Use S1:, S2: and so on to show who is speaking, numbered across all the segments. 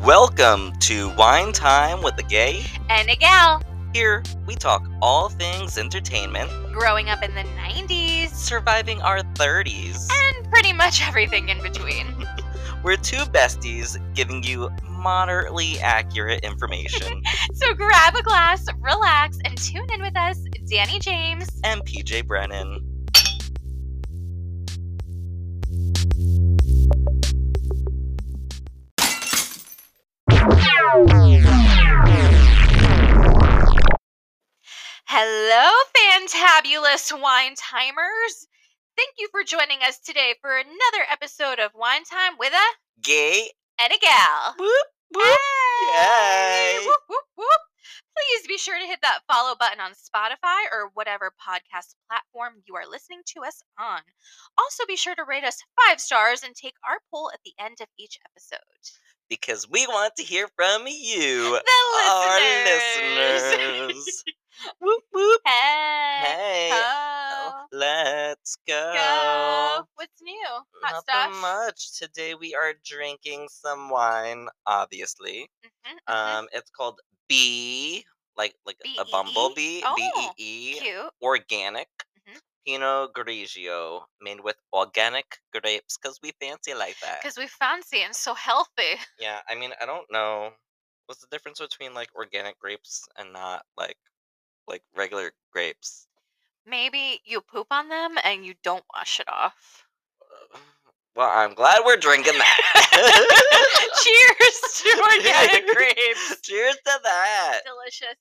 S1: Welcome to Wine Time with the Gay.
S2: and a gal
S1: Here, we talk all things entertainment,
S2: growing up in the 90s
S1: surviving our 30s.
S2: and pretty much everything in between.
S1: We're two besties giving you moderately accurate information.
S2: So grab a glass, relax, and tune in with us, Danny James.
S1: and PJ Brennan.
S2: Hello, fantabulous wine timers. Thank you for joining us today for another episode of Wine Time with a
S1: Gay.
S2: and a gal.
S1: Whoop, whoop.
S2: Hey!
S1: Yay!
S2: Whoop, whoop, whoop. Please be sure to hit that follow button on Spotify or whatever podcast platform you are listening to us on. Also, be sure to rate us five stars and take our poll at the end of each episode.
S1: Because we want to hear from you,
S2: The listeners.
S1: Uh, our listeners. whoop, whoop. Hey.
S2: Hey. Ho.
S1: Let's go.
S2: Go. What's new? Hot
S1: Not
S2: stuff.
S1: much. Today we are drinking some wine, obviously.
S2: Mhm, mhm.
S1: Um, it's called Bee, like like a
S2: B-E-E?
S1: bumblebee, B
S2: E Oh,
S1: E E,
S2: Cute.
S1: organic
S2: Mhm.
S1: Pinot Grigio, made with organic grapes, cause we fancy like that.
S2: Because we fancy and so healthy.
S1: Yeah, I mean, I don't know what's the difference between like organic grapes and not like like regular grapes.
S2: Maybe you poop on them and you don't wash it off.
S1: Uh, Well, I'm glad we're drinking that.
S2: Cheers to organic grapes.
S1: Cheers to that.
S2: Delicious.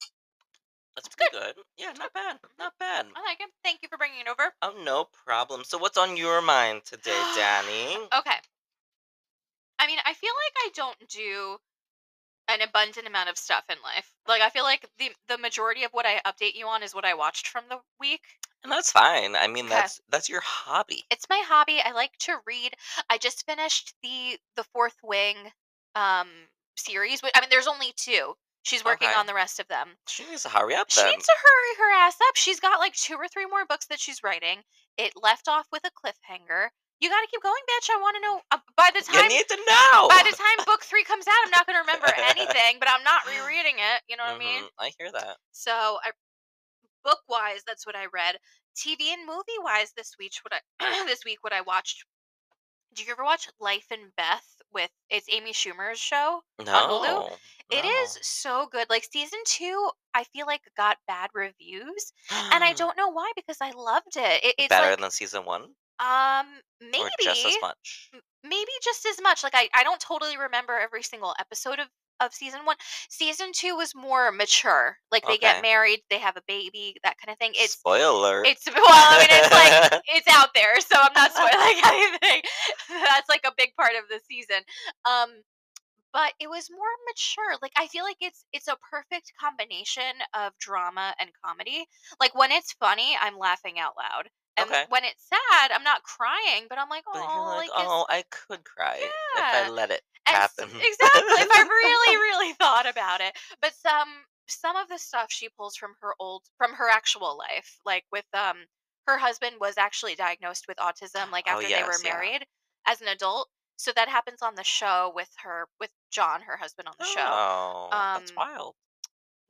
S1: That's pretty good. Yeah, not bad. Not bad.
S2: Oh, I like it. Thank you for bringing it over.
S1: Oh, no problem. So, what's on your mind today, Danny?
S2: Okay. I mean, I feel like I don't do an abundant amount of stuff in life. Like I feel like the the majority of what I update you on is what I watched from the week.
S1: And that's fine. I mean,
S2: Okay.
S1: that's that's your hobby.
S2: It's my hobby. I like to read. I just finished the the Fourth Wing um series. wh- I mean, there's only two. She's working
S1: Okay.
S2: on the rest of them.
S1: She needs to hurry up
S2: She
S1: then.
S2: needs to hurry her ass up. She's got like two or three more books that she's writing. It left off with a cliffhanger. You got to keep going, bitch. I want to know. Uh, by the
S1: you
S2: time
S1: need to know.
S2: by the time book three comes out, I'm not going to remember anything. But I'm not rereading it. You know what I mean?
S1: Mhm, I hear that.
S2: So, I book wise, that's what I read. TV and movie wise, this week what I this week what I watched. Do you ever watch Life and Beth with it's Amy Schumer's show?
S1: No.
S2: Hulu? It is so good. Like season 2, I feel like got bad reviews,
S1: no.
S2: and I don't know why because I loved it. it it's
S1: Mm-hmm. Better
S2: like
S1: than season one,
S2: um maybe
S1: or just as much.
S2: maybe just as much. Like I, I don't totally remember every single episode of of season one. Season two was more mature. Like they
S1: Okay.
S2: get married, they have a baby, that kind of thing. It's
S1: Spoiler.
S2: it's well, I mean, it's like it's out there, so I'm not spoiling anything. That's like a big part of the season. Um, but it was more mature. Like I feel like it's it's a perfect combination of drama and comedy. Like when it's funny, I'm laughing out loud. And
S1: Okay.
S2: when it's sad, I'm not crying, but I'm like,
S1: But
S2: oh,
S1: you're like,
S2: is-
S1: oh, I could cry if I
S2: Yeah.
S1: let it
S2: and s-
S1: happen.
S2: Exactly. If I really, really thought about it, but some some of the stuff she pulls from her old from her actual life, like with um her husband was actually diagnosed with autism, like
S1: Oh,
S2: after they were
S1: yes, yeah.
S2: married as an adult. So that happens on the show with her with John, her husband on the show.
S1: Oh, that's
S2: Um,
S1: wild.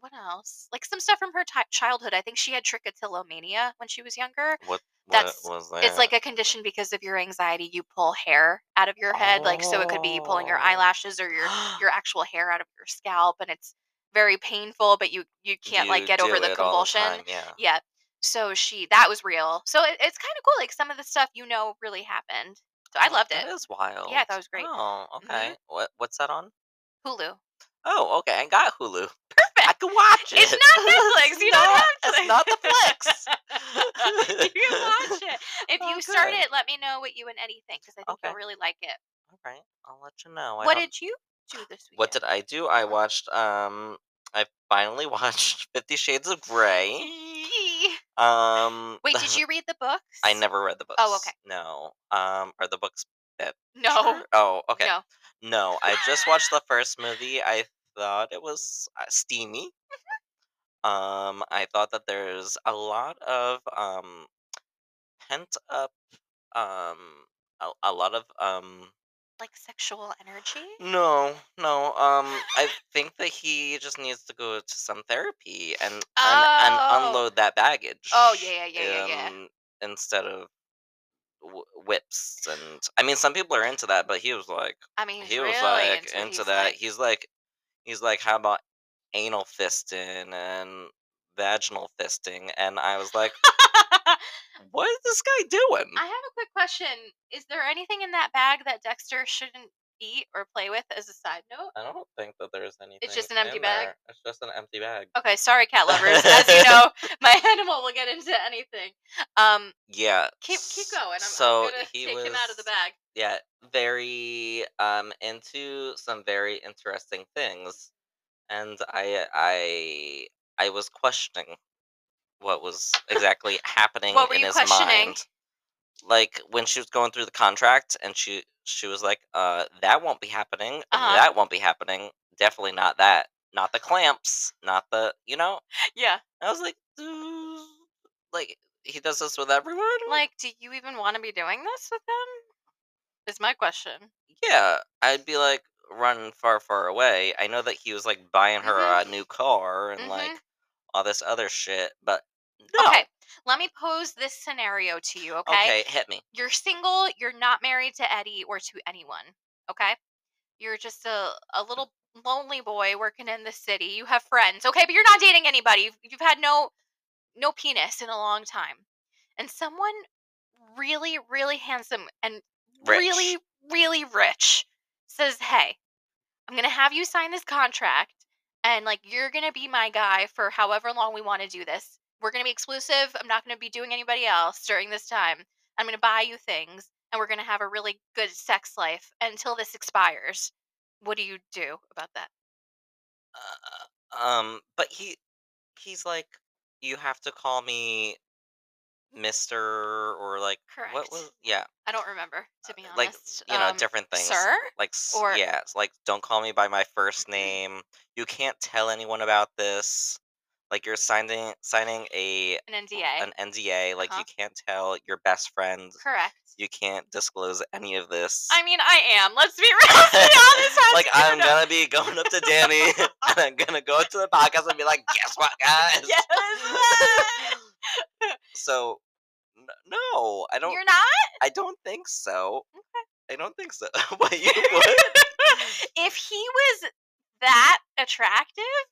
S2: What else? Like some stuff from her ti childhood. I think she had trichotillomania when she was younger.
S1: What?
S2: that's-
S1: what was
S2: It's like a condition because of your anxiety. You pull hair out of your head, like so it could be you pulling your
S1: Oh.
S2: eyelashes or your your actual hair out of your scalp and it's very painful but you you can't like
S1: You
S2: get over
S1: do
S2: the
S1: it all
S2: convulsion
S1: time, yeah.
S2: yeah so she that was real so it, it's kind of cool like some of the stuff you know really happened so i
S1: Oh,
S2: loved
S1: That
S2: it
S1: is wild.
S2: Yeah, I thought it was great. Mm-hmm.
S1: Oh, okay. What what's that on?
S2: hulu
S1: Oh, okay. I got Hulu. I
S2: Perfect.
S1: can watch it.
S2: It's not Netflix. You don't
S1: not-
S2: have to.
S1: It's not the flex.
S2: you can watch it. If
S1: Oh,
S2: you start
S1: good.
S2: it, let me know what you and Eddie think because I think
S1: Okay.
S2: you'll really like it.
S1: All right, I'll let you know. I
S2: what
S1: don't-
S2: did you do this week?
S1: What did I do? I watched. Um, I finally watched Fifty Shades of Grey. Um,
S2: Wait, did you read the books?
S1: I never read the books.
S2: Oh, okay.
S1: No. Um, are the books?
S2: No.
S1: true? Oh, okay.
S2: No.
S1: No, I just watched the first movie. I thought it was uh, steamy.
S2: Mm-hmm.
S1: Um, I thought that there's a lot of um, pent up, um, a, a lot of um,
S2: Like sexual energy?
S1: no, no. Um, I think that he just needs to go to some therapy and and, and
S2: Oh.
S1: unload that baggage.
S2: Oh, yeah, yeah, yeah, yeah,
S1: um, Instead of w- whips and I mean, some people are into that, but he was like,
S2: I mean, he's
S1: he was
S2: really
S1: like
S2: into,
S1: into,
S2: it. He's
S1: that.
S2: like,
S1: Mm, He's like, he's like, how about anal fisting and vaginal fisting? And I was like, what is this guy doing?
S2: I have a quick question. Is there anything in that bag that Dexter shouldn't eat or play with as a side note?
S1: I don't think that there's anything.
S2: just an empty
S1: in
S2: bag?
S1: there. It's just an empty bag.
S2: Okay, sorry, cat lovers. As you know, my animal will get into anything. Um,
S1: Yeah.
S2: keep keep going. I'm,
S1: so
S2: I'm gonna
S1: he
S2: take
S1: was,
S2: him out of the bag.
S1: Yeah, very um into some very interesting things, and I I I was questioning what was exactly happening
S2: What were
S1: in
S2: you
S1: his
S2: questioning?
S1: mind. Like when she was going through the contract, and she she was like, "Uh, that won't be happening. and
S2: Uh-huh.
S1: That won't be happening. Definitely not that. Not the clamps. Not the you know."
S2: Yeah.
S1: I was like, "Dude, like he does this with everyone.
S2: Like, do you even want to be doing this with them? Is my question.
S1: yeah, I'd be like running far, far away. I know that he was like buying her
S2: Mhm.
S1: a new car and
S2: Mhm.
S1: like all this other shit, but no.
S2: Okay, let me pose this scenario to you.
S1: Okay, hit me.
S2: you're single, you're not married to Eddie or to anyone, okay? You're just a, a little lonely boy working in the city. You have friends, okay, but you're not dating anybody. You've, you've had no no penis in a long time. And someone really really handsome and really
S1: Rich.
S2: really rich says, "Hey, I'm going to have you sign this contract and like you're going to be my guy for however long we want to do this. We're going to be exclusive. I'm not going to be doing anybody else during this time." I'm going to buy you things and we're going to have a really good sex life until this expires. What do you do about that?
S1: Uh, um, but he he's like, you have to call me Mister or like
S2: Correct.
S1: what was yeah
S2: I don't remember, to be
S1: like
S2: honest.
S1: you know
S2: Um,
S1: different things.
S2: Sir?
S1: Like s-
S2: Or- Mm-hmm.
S1: yeah, it's like don't call me by my first name. You can't tell anyone about this. Like you're signing signing a
S2: An NDA.
S1: an NDA. Like
S2: Uh-huh.
S1: you can't tell your best friend.
S2: Correct.
S1: You can't disclose any of this.
S2: I mean, I am. Let's be real. See how this has
S1: like
S2: to do
S1: I'm
S2: with-
S1: gonna be going up to Danny and I'm gonna go to the podcast and be like, guess what, guys?
S2: Yes.
S1: So n- no, I don't.
S2: You're not?
S1: I don't think so. I don't think so. Wait, you would?
S2: if he was that attractive,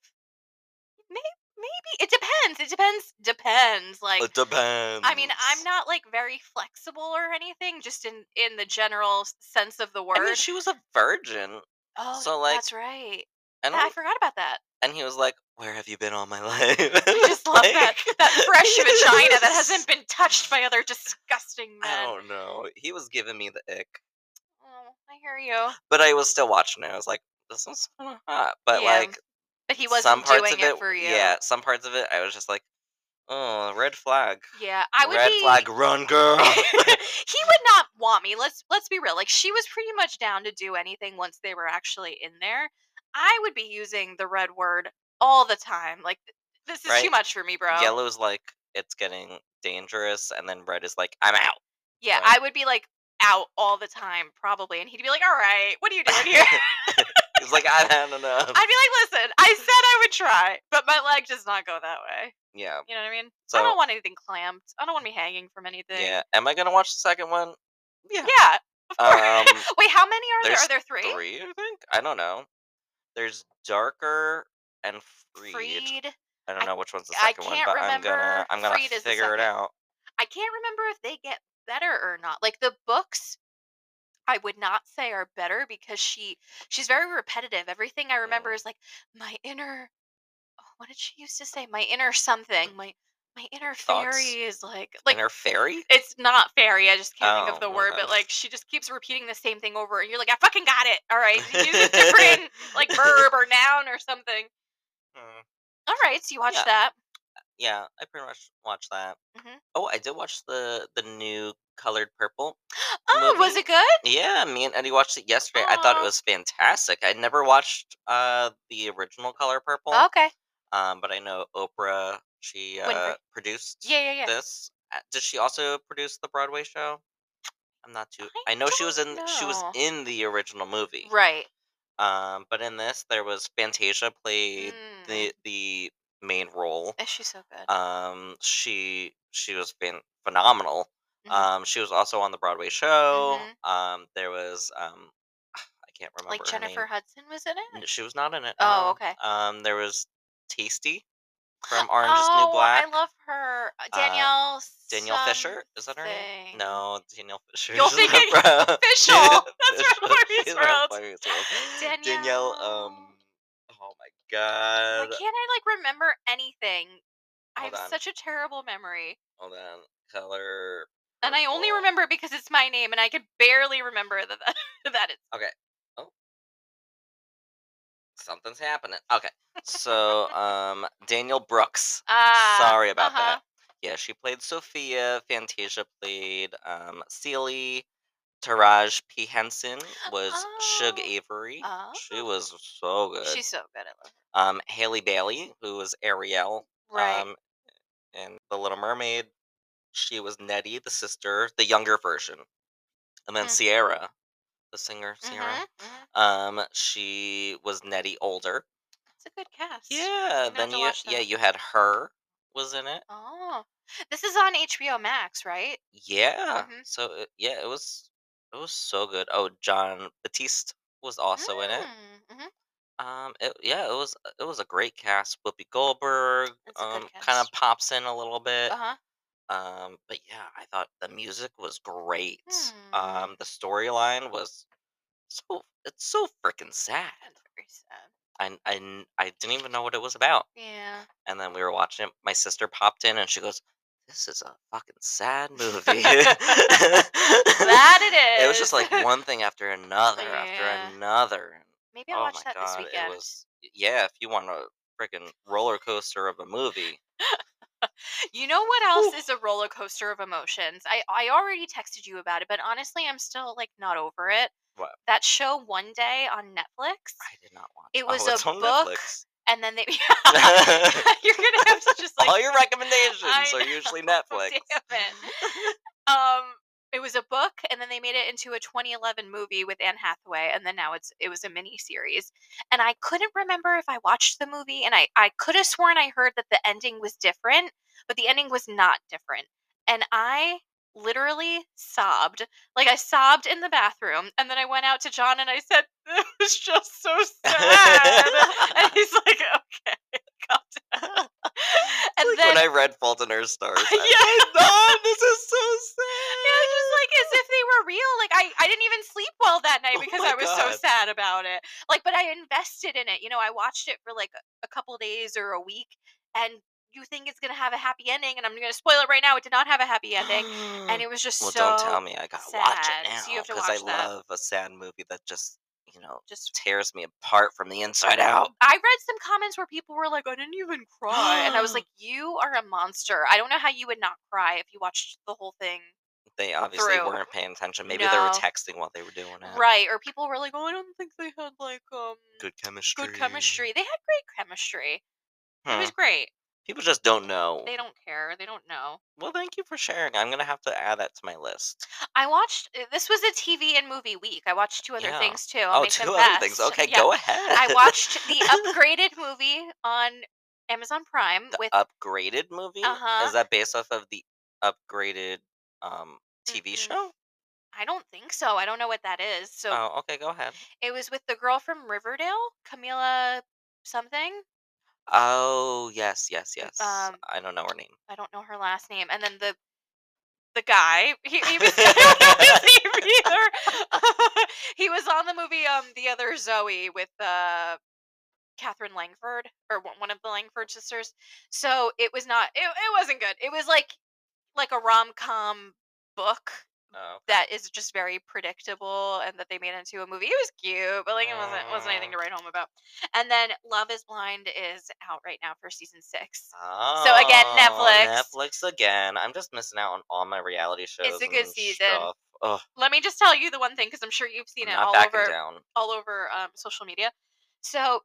S2: maybe, maybe. It depends. It depends. Depends. Like,
S1: It depends.
S2: I mean, I'm not like very flexible or anything, just in in the general s- sense of the word.
S1: I mean, she was a virgin,
S2: oh,
S1: so, like,
S2: that's right.
S1: and
S2: Yeah, I
S1: I'm-
S2: forgot about that.
S1: and he was like, "Where have you been all my life?"
S2: I just love that that fresh vagina that hasn't been touched by other disgusting men.
S1: I don't know. He was giving me the ick,
S2: Oh, I hear you,
S1: but I was still watching it. I was like, "This is kind of hot," but
S2: Yeah.
S1: like
S2: but he wasn't
S1: some parts
S2: doing
S1: of it,
S2: for you.
S1: yeah, some parts of it, I was just like, "Oh, red flag,
S2: yeah. I would
S1: red
S2: be.
S1: flag, Oh. run, girl."
S2: he would not want me. Let's let's be real. Like she was pretty much down to do anything once they were actually in there. I would be using the red word all the time. Like th- this is too
S1: Right.
S2: much for me, bro.
S1: Yellow's like, "It's getting dangerous," and then red is like, "I'm out."
S2: Yeah,
S1: Right.
S2: I would be like out all the time, probably. And he'd be like, all right, what are you doing here?
S1: He's like, "I don't know."
S2: I'd be like, listen, I said I would try, but my leg does not go that way.
S1: yeah,
S2: You know what I mean? I
S1: so
S2: don't want anything clamped. I don't want to be hanging from anything.
S1: yeah, am I gonna watch the second one? Yeah.
S2: Yeah, of course.
S1: Um,
S2: Wait, how many are there?
S1: there's
S2: Are there three?
S1: three, I think. I don't know. There's darker and freed.
S2: Freed.
S1: I
S2: I-
S1: don't know which one's the
S2: I
S1: second one,
S2: can't
S1: but I'm gonna
S2: remember.
S1: I'm gonna
S2: Freed is the
S1: figure it
S2: second.
S1: out.
S2: I can't remember if they get better or not. Like the books I would not say are better because she she's very repetitive. Everything I remember
S1: Mm.
S2: is like my inner oh, what did she used to say? My inner something. My my inner
S1: Thoughts?
S2: fairy is like like
S1: and her fairy?
S2: it's not fairy. I just can't think of
S1: Oh,
S2: the word, but
S1: okay.
S2: like she just keeps repeating the same thing over, and you're like, I fucking got it. All right, use a different like verb or noun or something.
S1: Mm,
S2: All right, so you watched
S1: Yeah.
S2: that.
S1: yeah, I pretty much watched that.
S2: Mhm.
S1: Oh, I did watch the the new colored purple.
S2: Oh, was
S1: Movie?
S2: it good?
S1: Yeah, me and Eddie watched it yesterday. I thought it
S2: Aw.
S1: was fantastic. I never watched uh the original color purple.
S2: Okay.
S1: Um, but I know Oprah, she uh,
S2: Winfrey.
S1: produced
S2: Yeah, yeah, yeah.
S1: this. Uh, Did she also produce the Broadway show? I'm not too.
S2: I
S1: I, know she was in.
S2: don't
S1: She was
S2: know.
S1: in the original movie.
S2: Right.
S1: Um, but in this, there was Fantasia played
S2: Mm.
S1: the the main role.
S2: Is she so good?
S1: Um, she she was been phenomenal.
S2: Mhm.
S1: Um, she was also on the Broadway show.
S2: Mhm.
S1: Um, there was um, I can't remember
S2: like
S1: her name.
S2: Jennifer Hudson was in it.
S1: N- She was not in it.
S2: Oh,
S1: no.
S2: okay.
S1: Um, there was Tasty from Orange is
S2: oh,
S1: New Black.
S2: I love her. Uh, Danielle.
S1: Danielle Fisher. Is that her
S2: something.
S1: name? No, Danielle Fisher.
S2: You'll
S1: is
S2: think
S1: not from-
S2: Fishel. That's from
S1: She's from
S2: Boy World.
S1: Boy Meets World. Danielle. Um. Oh my
S2: Why
S1: God.
S2: can't I like remember anything? I
S1: Hold
S2: have
S1: on.
S2: such a terrible memory,
S1: Hold on. Color.
S2: and I only
S1: purple.
S2: remember it because it's my name, and I could barely remember that that, that it's
S1: Something's happening. Okay. So, um, Daniel Brooks.
S2: ah.
S1: Sorry about
S2: uh-huh.
S1: that. Yeah, she played Sophia. Fantasia played um, Celie. Taraj P. Henson was Shug
S2: Oh.
S1: Avery. She
S2: Oh.
S1: was so good.
S2: She's so good. I love her.
S1: um, Haley Bailey, who was Ariel,
S2: Right.
S1: um, in The Little Mermaid. She was Nettie, the sister, the younger version, and then
S2: Mm.
S1: Sierra, the singer Sierra.
S2: Mhm, mhm.
S1: Um, she was Nettie older.
S2: It's a good cast.
S1: Yeah.
S2: have
S1: Then
S2: to
S1: you,
S2: watch
S1: yeah,
S2: that.
S1: you had her was in it.
S2: Oh, this is on HBO Max, right?
S1: Yeah.
S2: Mhm.
S1: So it, yeah, it was it was so good. Oh, John Batiste was also in it.
S2: hmm
S1: Um, it, yeah, it was it was a great cast. Whoopi Goldberg
S2: It's a good
S1: um kind of
S2: cast.
S1: pops in a little bit.
S2: Uh huh.
S1: Um, but yeah, I thought the music was great.
S2: Hmm.
S1: Um, the storyline was so it's so freaking sad.
S2: That's very sad.
S1: I, I n- I didn't even know what it was about.
S2: Yeah.
S1: And then we were watching it. My sister popped in and she goes, "This is a fucking sad movie." that
S2: That it
S1: It was just like
S2: is.
S1: one thing after another
S2: Yeah.
S1: after another.
S2: Maybe I'll
S1: oh
S2: watch
S1: my
S2: that
S1: god,
S2: this weekend.
S1: it was yeah. If you want a freaking roller coaster of a movie,
S2: You know what else
S1: Whew.
S2: is a roller coaster of emotions? I I already texted you about it, but honestly, I'm still like not over it.
S1: What?
S2: That show One Day on Netflix,
S1: I did not watch.
S2: It
S1: Oh,
S2: was a
S1: it's on
S2: book.
S1: Netflix.
S2: and then they you're gonna have to just like
S1: All your recommendations
S2: I
S1: are usually Netflix.
S2: Oh, Damn it. um it was a book and then they made it into a 2011 movie with anne hathaway and then now it's it was a mini series and i couldn't remember if i watched the movie and i i could have sworn i heard that the ending was different but the ending was not different and i literally sobbed like i sobbed in the bathroom and then i went out to john and i said it was just so sad and he's like okay calm down and
S1: Like
S2: then
S1: when I read Fault in Our Stars, I was
S2: Yeah.
S1: like, "No, this is so
S2: It
S1: sad.
S2: was just like as if they were real. Like I, I didn't even sleep well that night
S1: Oh
S2: because
S1: my
S2: I was so
S1: God.
S2: sad about it. Like, but I invested in it. You know, I watched it for like a, a couple days or a week, and you think it's gonna have a happy ending, and I'm gonna spoil it right now. It did not have a happy ending, and it was just
S1: Mm. well,
S2: so
S1: don't tell me I gotta watch
S2: sad,
S1: it
S2: so
S1: now
S2: you have to
S1: because I
S2: watch that.
S1: love a sad movie that just you know
S2: just.
S1: tears me apart from the inside out.
S2: I read some comments where people were like, "I didn't even cry," and I was like, "You are a monster." I don't know how you would not cry if you watched the whole thing
S1: They obviously
S2: Through.
S1: weren't paying attention. Maybe they were
S2: No.
S1: texting while they were doing it.
S2: right or people were like oh i don't think they had like um
S1: Good chemistry.
S2: good chemistry they had great chemistry it
S1: Hmm.
S2: was great
S1: People just don't know.
S2: they don't care they don't know
S1: Well, thank you for sharing. I'm gonna have to add that to my list.
S2: i watched uh, this was a tv and movie week i watched two other
S1: Yeah.
S2: things too I'll
S1: oh,
S2: make
S1: two
S2: them
S1: other things.
S2: fast.
S1: Okay,
S2: Yeah.
S1: go ahead.
S2: i watched the upgraded movie on amazon prime
S1: the
S2: with
S1: upgraded movie.
S2: Uh-huh.
S1: Is that based off of the upgraded um TV
S2: Mm-mm.
S1: show?
S2: i don't think so i don't know what that is so
S1: Oh, okay, go ahead.
S2: it was with the girl from riverdale camila something
S1: Oh, yes, yes, yes.
S2: um,
S1: I don't know her name.
S2: i don't know her last name and then the the guy. He, he was, I don't know his name either. he was on the movie um the other Zoe with uh Catherine Langford or one one of the Langford sisters. So it was not it, it wasn't good. It was like like a rom com book
S1: Oh,
S2: that is just very predictable and that they made into a movie. It was cute, but like it wasn't wasn't anything to write home about. And then Love is Blind is out right now for season six. So again, Netflix.
S1: Oh, Netflix again. I'm just missing out on all my reality shows.
S2: a good
S1: and
S2: season.
S1: Stuff. Ugh,
S2: Let me just tell you the one thing because I'm sure you've seen
S1: I'm
S2: it
S1: not
S2: all
S1: backing
S2: over
S1: down.
S2: all over um, social media. So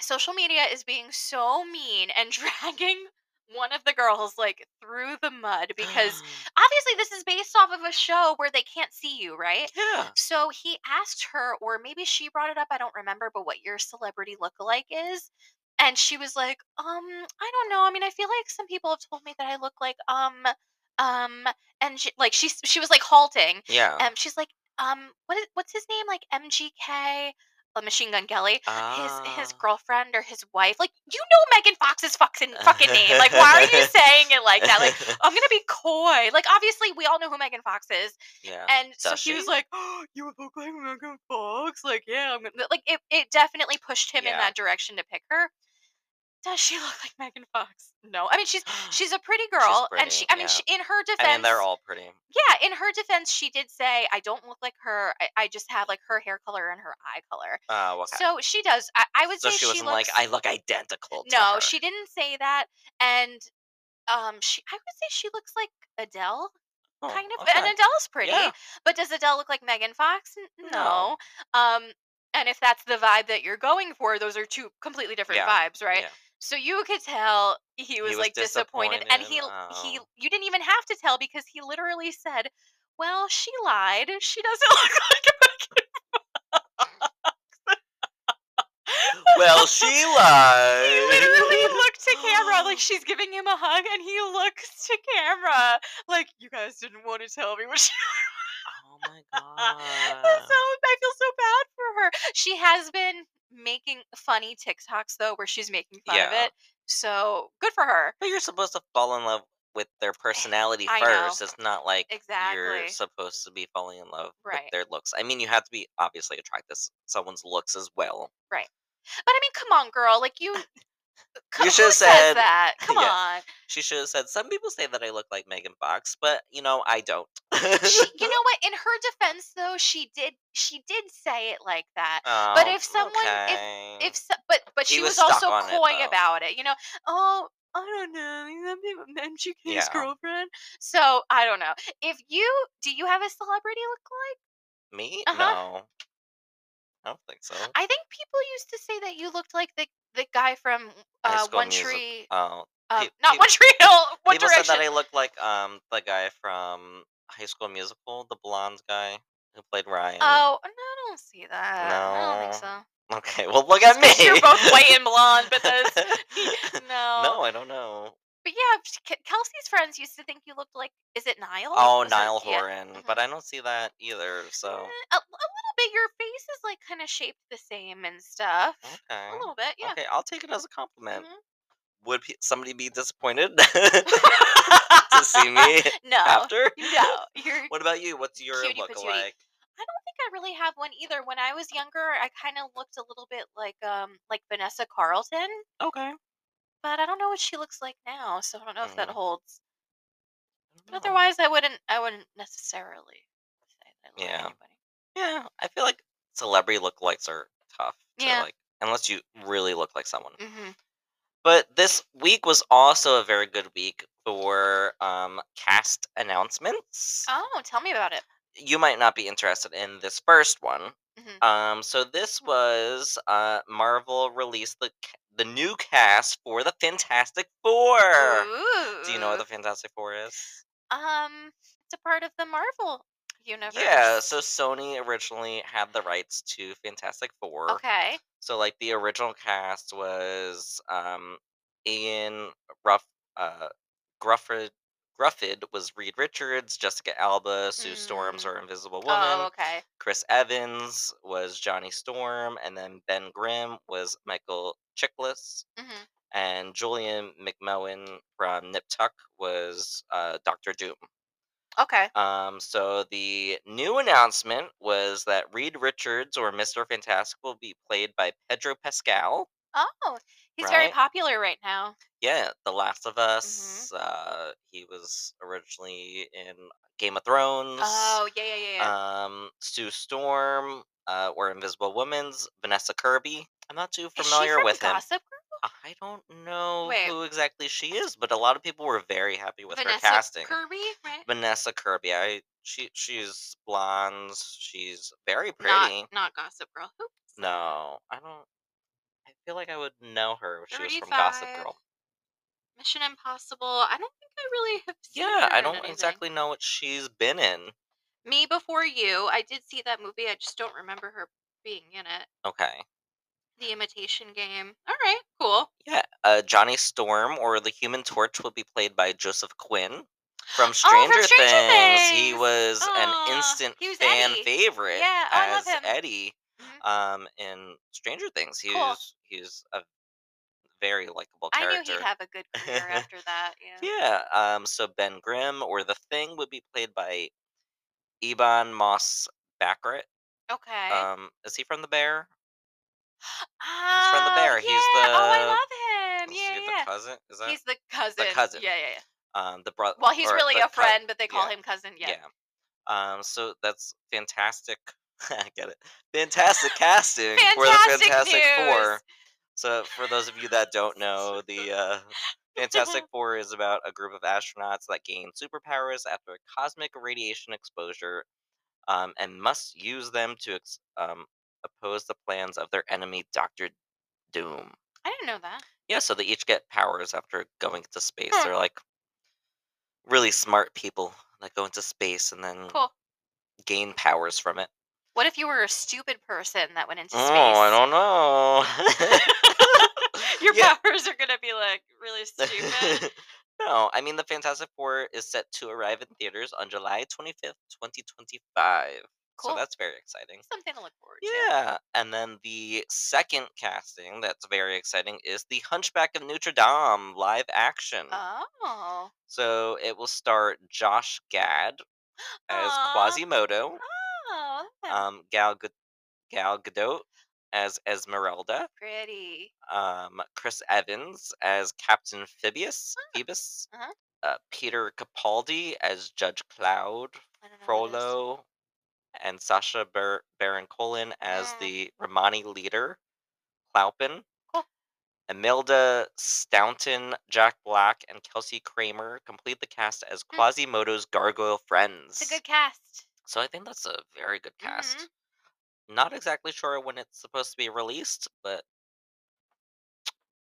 S2: social media is being so mean and dragging one of the girls like through the mud because obviously this is based off of a show where they can't see you, right?
S1: yeah.
S2: So he asked her, or maybe she brought it up, I don't remember, but what your celebrity lookalike is. And she was like, um, I don't know. I mean, I feel like some people have told me that I look like, um, um, and she, like, she, she was like halting.
S1: Yeah.
S2: Um, she's like, um, what is, what's his name? Like MGK, uh, Machine Gun Kelly his his
S1: Ah.
S2: girlfriend or his wife. Like you know Megan Fox's fucking fucking name. Like why are you saying it like that? Like I'm gonna be coy. Like obviously we all know who Megan Fox is,
S1: yeah.
S2: and so
S1: Uh, Does
S2: he was
S1: she?
S2: like, oh, "You look like Megan Fox." Like yeah, I'm gonna like it. It definitely pushed him in
S1: Yeah.
S2: that direction to pick her. Does she look like Megan Fox? No. I mean she's she's a pretty girl, and she.
S1: pretty,
S2: I mean
S1: yeah.
S2: she, in her defense,
S1: I mean, they're all pretty.
S2: yeah, in her defense, she did say, "I don't look like her. I, I just have like her hair color and her eye color."
S1: Oh, okay.
S2: So she does. I, I would
S1: So
S2: say
S1: she wasn't like,
S2: looks,
S1: I look identical. to
S2: no,
S1: her."
S2: she didn't say that. And um, she I would say she looks like Adele,
S1: Oh,
S2: kind of.
S1: okay.
S2: And Adele's pretty,
S1: Yeah.
S2: but does Adele look like Megan Fox? N- No.
S1: No.
S2: Um, and if that's the vibe that you're going for, those are two completely different
S1: Yeah,
S2: vibes, right?
S1: yeah.
S2: So you could tell he was,
S1: was
S2: like disappointed, and he
S1: disappointed,
S2: he
S1: oh.
S2: you didn't even have to tell because he literally said, "Well, she lied. She doesn't look like
S1: Well, she lied.
S2: he
S1: Oh
S2: literally looked to camera like she's giving him a hug and he looks to camera like you guys didn't want to tell me what she
S1: Oh my
S2: That's
S1: god.
S2: so I feel so bad for her. She has been making funny TikToks though where she's making fun of
S1: Yeah.
S2: it. So good for her.
S1: But you're supposed to fall in love with their personality
S2: I know.
S1: first. It's not like
S2: Exactly.
S1: you're supposed to be falling in love
S2: Right.
S1: with their looks. I mean, you have to be obviously attracted to someone's looks as well.
S2: But I mean, come on, girl. Like you come,
S1: You should
S2: who
S1: have
S2: says
S1: said-
S2: that. Come
S1: Yeah.
S2: on.
S1: She should have said, Some people say that I look like Megan Fox, but you know, I don't.
S2: She, you know what? In her defense though, she did she did say it like that.
S1: Oh,
S2: if someone- if-
S1: okay.
S2: if so, but but
S1: He
S2: she was,
S1: Uh-huh. was
S2: also
S1: stuck on it,
S2: coy
S1: though.
S2: about it you know oh i don't know you know, maybe i'm mgk's
S1: Yeah.
S2: girlfriend so i don't know if you do you have a celebrity look like
S1: me,
S2: Uh-huh.
S1: no, I don't think so.
S2: i think people used to say that you looked like the the guy from
S1: High
S2: uh,
S1: School
S2: one
S1: Musical.
S2: tree
S1: Oh,
S2: uh,
S1: Pe-
S2: not
S1: peop-
S2: one tree hill one
S1: people
S2: direction
S1: said that I look like um the guy from High School Musical, the blonde guy who played Ryan.
S2: oh no i don't see that i don't think
S1: No.
S2: so
S1: Okay, well look at me.
S2: Just 'cause you're both white Oh. and blonde but that's no
S1: no, I don't know.
S2: but yeah she- Ke- kelsey's friends used to think you looked like is it niall
S1: Oh,
S2: Was it-
S1: Niall
S2: yeah. Mm-hmm.
S1: Horan, but I don't see that either. So
S2: Mm, a, a little bit your face is like kind of shaped the same and stuff
S1: okay,
S2: a little bit Oh, yeah
S1: okay, I'll take it as a compliment.
S2: Mhm.
S1: Would pe- somebody be disappointed to see me
S2: no
S1: after?
S2: no you're
S1: What about you? What's your
S2: Cutie
S1: look
S2: patootie.
S1: like?
S2: i don't think i really have one either when i was younger i kind of looked a little bit like um like vanessa carlton
S1: Okay.
S2: but i don't know what she looks like now so i don't know if that
S1: Mm.
S2: holds but otherwise i wouldn't i wouldn't necessarily say that I look like
S1: Yeah.
S2: anybody.
S1: Yeah, I feel like celebrity lookalikes are tough. To
S2: Yeah.
S1: Like, unless you really look like someone.
S2: Mhm.
S1: But this week was also a very good week for um, cast announcements.
S2: oh tell me about it
S1: You might not be interested in this first one.
S2: Mhm.
S1: Um, so this
S2: Mm-hmm.
S1: was uh, Marvel released the ca- the new cast for the Fantastic Four. Do you know what
S2: Ooh.
S1: the Fantastic Four is?
S2: um it's a part of the marvel universe
S1: Yeah, so Sony originally had the rights to Fantastic Four.
S2: okay
S1: So like the original cast was um Ian Ruff uh Grufford Gruffid was Reed Richards, Jessica Alba, Sue Storms
S2: Mm.
S1: or Invisible Woman,
S2: oh okay
S1: Chris Evans was Johnny Storm, and then Ben Grimm was Michael Chiklis,
S2: hmm
S1: and Julian McMowan from Nip Tuck was uh, Doctor Doom.
S2: Okay.
S1: Um, so the new announcement was that Reed Richards or Mr. Fantastic will be played by Pedro Pascal.
S2: Oh, he's very
S1: Right?
S2: popular right now.
S1: Yeah, The Last of Us. Uh, he was originally in Game of Thrones.
S2: Oh, yeah, yeah, yeah. yeah.
S1: Um, Sue Storm uh, or Invisible Woman's Vanessa Kirby. I'm not too
S2: Is she
S1: familiar
S2: from
S1: with him.
S2: Gossip Girl?
S1: I don't know
S2: Wait.
S1: who exactly she is, but a lot of people were very happy with her
S2: Vanessa
S1: casting.
S2: Kirby, right?
S1: Vanessa Kirby. I she she's blonde. She's very pretty.
S2: Not, not Gossip Girl. Oops.
S1: No, I don't. I feel like I would know her if she was from Gossip
S2: 35.
S1: Girl.
S2: Mission Impossible. I don't think I really have seen
S1: Yeah,
S2: her
S1: I
S2: in
S1: don't
S2: anything.
S1: exactly know what she's been in.
S2: Me Before You. I did see that movie. I just don't remember her being in it.
S1: Okay.
S2: The Imitation Game. All right, cool.
S1: Yeah, uh, Johnny Storm or the Human Torch will be played by Joseph Quinn from Stranger,
S2: Oh, Stranger
S1: Things. He
S2: Things!
S1: was
S2: Aw,
S1: an instant
S2: he was
S1: fan
S2: Eddie.
S1: favorite
S2: Yeah, oh, I love
S1: as
S2: him.
S1: Eddie
S2: Mhm.
S1: um, in Stranger Things. He
S2: Cool.
S1: was he's a very likable
S2: I
S1: character.
S2: knew he'd have a good career after that. Yeah.
S1: Yeah. Um. So Ben Grimm or the Thing would be played by Ebon Moss Baccarat.
S2: Okay.
S1: Um. Is he from The Bear?
S2: oh,
S1: from The Bear.
S2: Yeah.
S1: He's
S2: Oh, I
S1: the-
S2: love him.
S1: Is
S2: Yeah,
S1: he
S2: yeah.
S1: The cousin? Is that
S2: He's the cousin.
S1: cousin.
S2: Yeah, yeah, yeah.
S1: um the brother?
S2: Well, he's really a friend, but they call
S1: yeah.
S2: him cousin. Yeah.
S1: Um. So that's fantastic. I get it. Fantastic casting for the
S2: Fantastic
S1: Fantastic Four.
S2: news.
S1: So for those of you that don't know, the uh, Fantastic Four is about a group of astronauts that gain superpowers after a cosmic radiation exposure, um, and must use them to ex- um, oppose the plans of their enemy, Doctor Doom.
S2: I didn't know that.
S1: Yeah, so they each get powers after going into space.
S2: Hmm.
S1: They're like really smart people that go into space and then
S2: Cool.
S1: gain powers from it.
S2: What if you were a stupid person that went into space?
S1: Oh, I don't Oh, know.
S2: Your
S1: Yeah.
S2: powers are gonna be like really stupid.
S1: no, I mean the Fantastic Four is set to arrive in theaters on July twenty fifth, twenty twenty five.
S2: Cool.
S1: So that's very exciting.
S2: Something to look forward to.
S1: Yeah, and then the second casting that's very exciting is the Hunchback of Notre Dame live action.
S2: Oh.
S1: So it will star Josh Gad as
S2: Aw.
S1: Quasimodo,
S2: Oh, that's
S1: um, Gal Ga- Gal Gadot as Esmeralda,
S2: pretty.
S1: um, Chris Evans as Captain Phoebus, Phoebus,
S2: Uh-huh.
S1: uh, Peter Capaldi as Judge Cloud,
S2: I don't know who that is.
S1: Frollo, and Sasha Bar- Baron Cohen as
S2: Mm.
S1: the Romani leader, Claupin.
S2: Cool.
S1: Imelda Staunton, Jack Black, and Kelsey Kramer complete the cast as Quasimodo's gargoyle friends.
S2: It's Hmm. a good cast.
S1: So I think that's a very good cast.
S2: Mhm.
S1: Not exactly sure when it's supposed to be released, but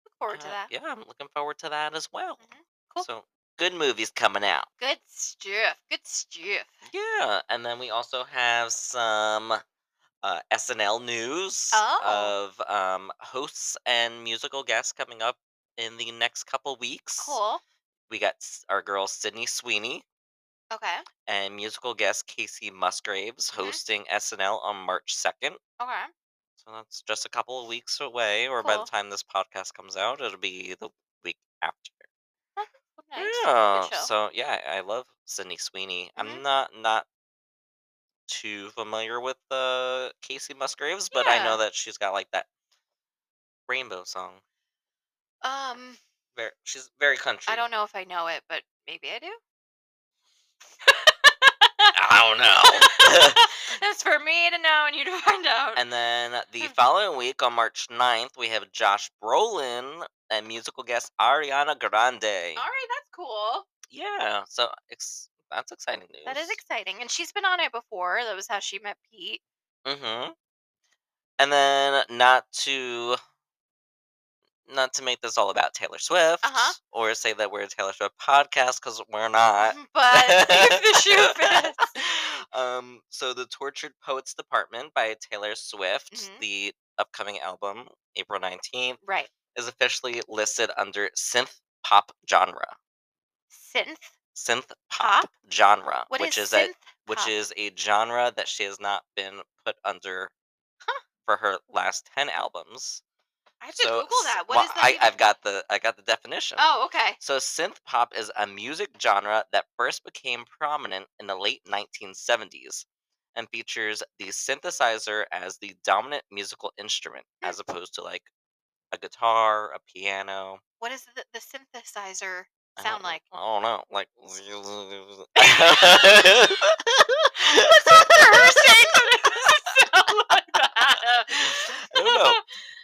S2: Look forward to
S1: uh,
S2: that.
S1: yeah, I'm looking forward to that as well.
S2: Mhm. Cool.
S1: So good movies coming out.
S2: Good stuff. Good stuff.
S1: Yeah, and then we also have some uh, SNL news
S2: Oh.
S1: of um, hosts and musical guests coming up in the next couple weeks.
S2: Cool.
S1: We got s- our girl Sydney Sweeney
S2: Okay.
S1: and musical guest Casey Musgraves
S2: Mhm.
S1: hosting SNL on March second.
S2: Okay.
S1: So that's just a couple of weeks away, or by the
S2: Cool.
S1: time this podcast comes out, it'll be the week after.
S2: Nice.
S1: Yeah.
S2: show.
S1: So yeah, I I love Sydney Sweeney.
S2: Mhm.
S1: I'm not not too familiar with uh, Casey Musgraves, but I
S2: Yeah.
S1: know that she's got like that rainbow song.
S2: Um,
S1: Very, she's very country.
S2: I don't know if I know it, but maybe I do.
S1: I
S2: That's for me to know and you to find out.
S1: and then the
S2: Hmm.
S1: following week on March 9th, we have Josh Brolin and musical guest Ariana Grande.
S2: All right, that's cool.
S1: Yeah. So ex- that's exciting news.
S2: That is exciting. And she's been on it before. That was how she met Pete.
S1: Mm-hmm. And then not to not to make this all about
S2: Uh-huh.
S1: Taylor Swift or say that we're a Taylor Swift podcast because we're not.
S2: But if the shoe fits.
S1: um, so the Tortured Poets Department by Taylor Swift,
S2: Mhm.
S1: the upcoming album, April 19th,
S2: Right.
S1: is officially listed under synth pop genre.
S2: Synth
S1: Synth
S2: pop?
S1: genre,
S2: What
S1: which
S2: is
S1: a
S2: synth?
S1: which
S2: Pop.
S1: is a genre that she has not been put under
S2: Huh.
S1: for her last 10 albums.
S2: I have to Google
S1: s-
S2: that. What
S1: well,
S2: is that?
S1: I,
S2: even-
S1: I've got the I got the definition.
S2: Oh, okay.
S1: So synth pop is a music genre that first became prominent in the late 1970s and features the synthesizer as the dominant musical instrument
S2: Hmm.
S1: as opposed to like a guitar, a piano.
S2: What does the, the synthesizer
S1: I don't-
S2: sound like?
S1: I don't know. Like
S2: That's not for her sake, but it doesn't sound like that.
S1: I don't know.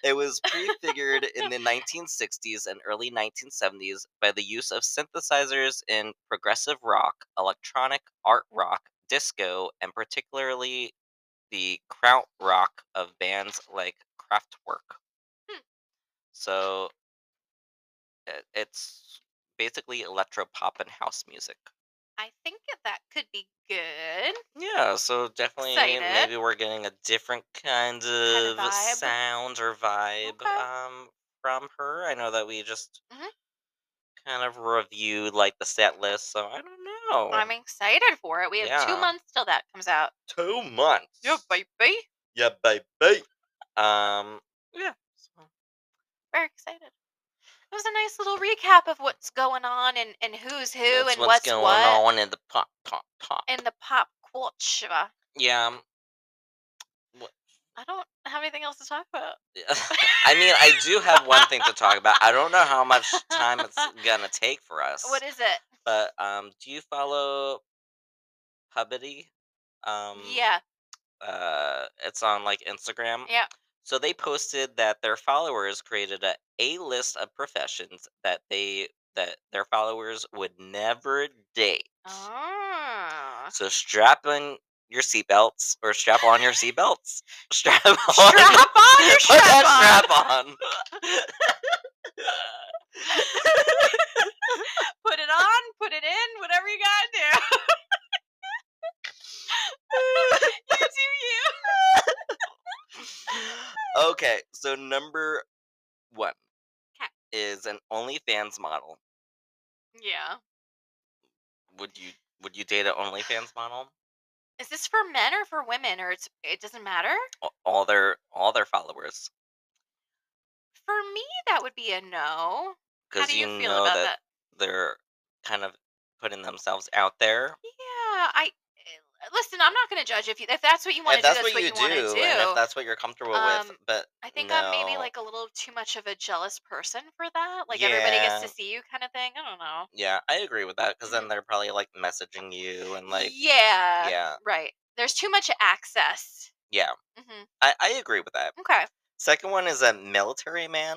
S1: It was prefigured in the 1960s and early 1970s by the use of synthesizers in progressive rock, electronic, art rock, disco, and particularly the krautrock of bands like Kraftwerk.
S2: Hmm.
S1: So it, it's basically electro pop and house music.
S2: I think that that could be good.
S1: Yeah, so definitely
S2: Excited.
S1: maybe we're getting a different kind of
S2: vibe.
S1: sound or vibe
S2: Okay.
S1: um from her. I know that we just
S2: Mhm.
S1: kind of reviewed like the set list, so I don't know.
S2: I'm excited for it. We have two
S1: Oh. Yeah.
S2: months till that comes out.
S1: two months.
S2: baby.
S1: Yeah, baby. Um yeah. So
S2: Very excited. It was a nice little recap of what's going on and, and who's who
S1: that's
S2: and what's,
S1: going
S2: what
S1: on in the pop pop pop.
S2: in the pop culture.
S1: Yeah. um,
S2: I don't have anything else to talk about.
S1: I mean, I do have one thing to talk about. I don't know how much time it's gonna take for us.
S2: What is it?
S1: But um, do you follow Hubbity? Um,
S2: yeah.
S1: Uh, it's on like Instagram.
S2: Yeah.
S1: So they posted that their followers created a a list of professions that they that their followers would never date.
S2: Oh.
S1: So strap on your seatbelts or strap on your seatbelts. Strap on.
S2: Strap on your
S1: Put
S2: strap,
S1: that
S2: on.
S1: strap on.
S2: Put it on, put it in, whatever you gotta do. you do you.
S1: okay, so number one
S2: 'Kay.
S1: is an OnlyFans model.
S2: Yeah.
S1: Would you would you date an OnlyFans model?
S2: Is this for men or for women or it's it doesn't matter?
S1: A- All their all their followers,
S2: For me that would be a no. How
S1: because
S2: do
S1: you,
S2: you, feel
S1: know
S2: about
S1: that,
S2: that?
S1: they're kind of putting themselves out there.
S2: Yeah, I eh, listen, I'm not going to judge if you if that's what you want to
S1: If
S2: do,
S1: that's
S2: that's
S1: what you
S2: want to
S1: do,
S2: do.
S1: and if that's what you're comfortable with,
S2: Um,
S1: but
S2: I think I'm maybe
S1: no.
S2: like a little too much of a jealous person for that. Like everybody gets to
S1: Yeah.
S2: see you kind of thing. I don't know.
S1: yeah, I agree with that because
S2: Mhm.
S1: then they're probably like messaging you and like
S2: yeah,
S1: yeah,
S2: Right. There's too much access.
S1: yeah.
S2: hmm
S1: I, I agree with that.
S2: Okay.
S1: Second one is a military man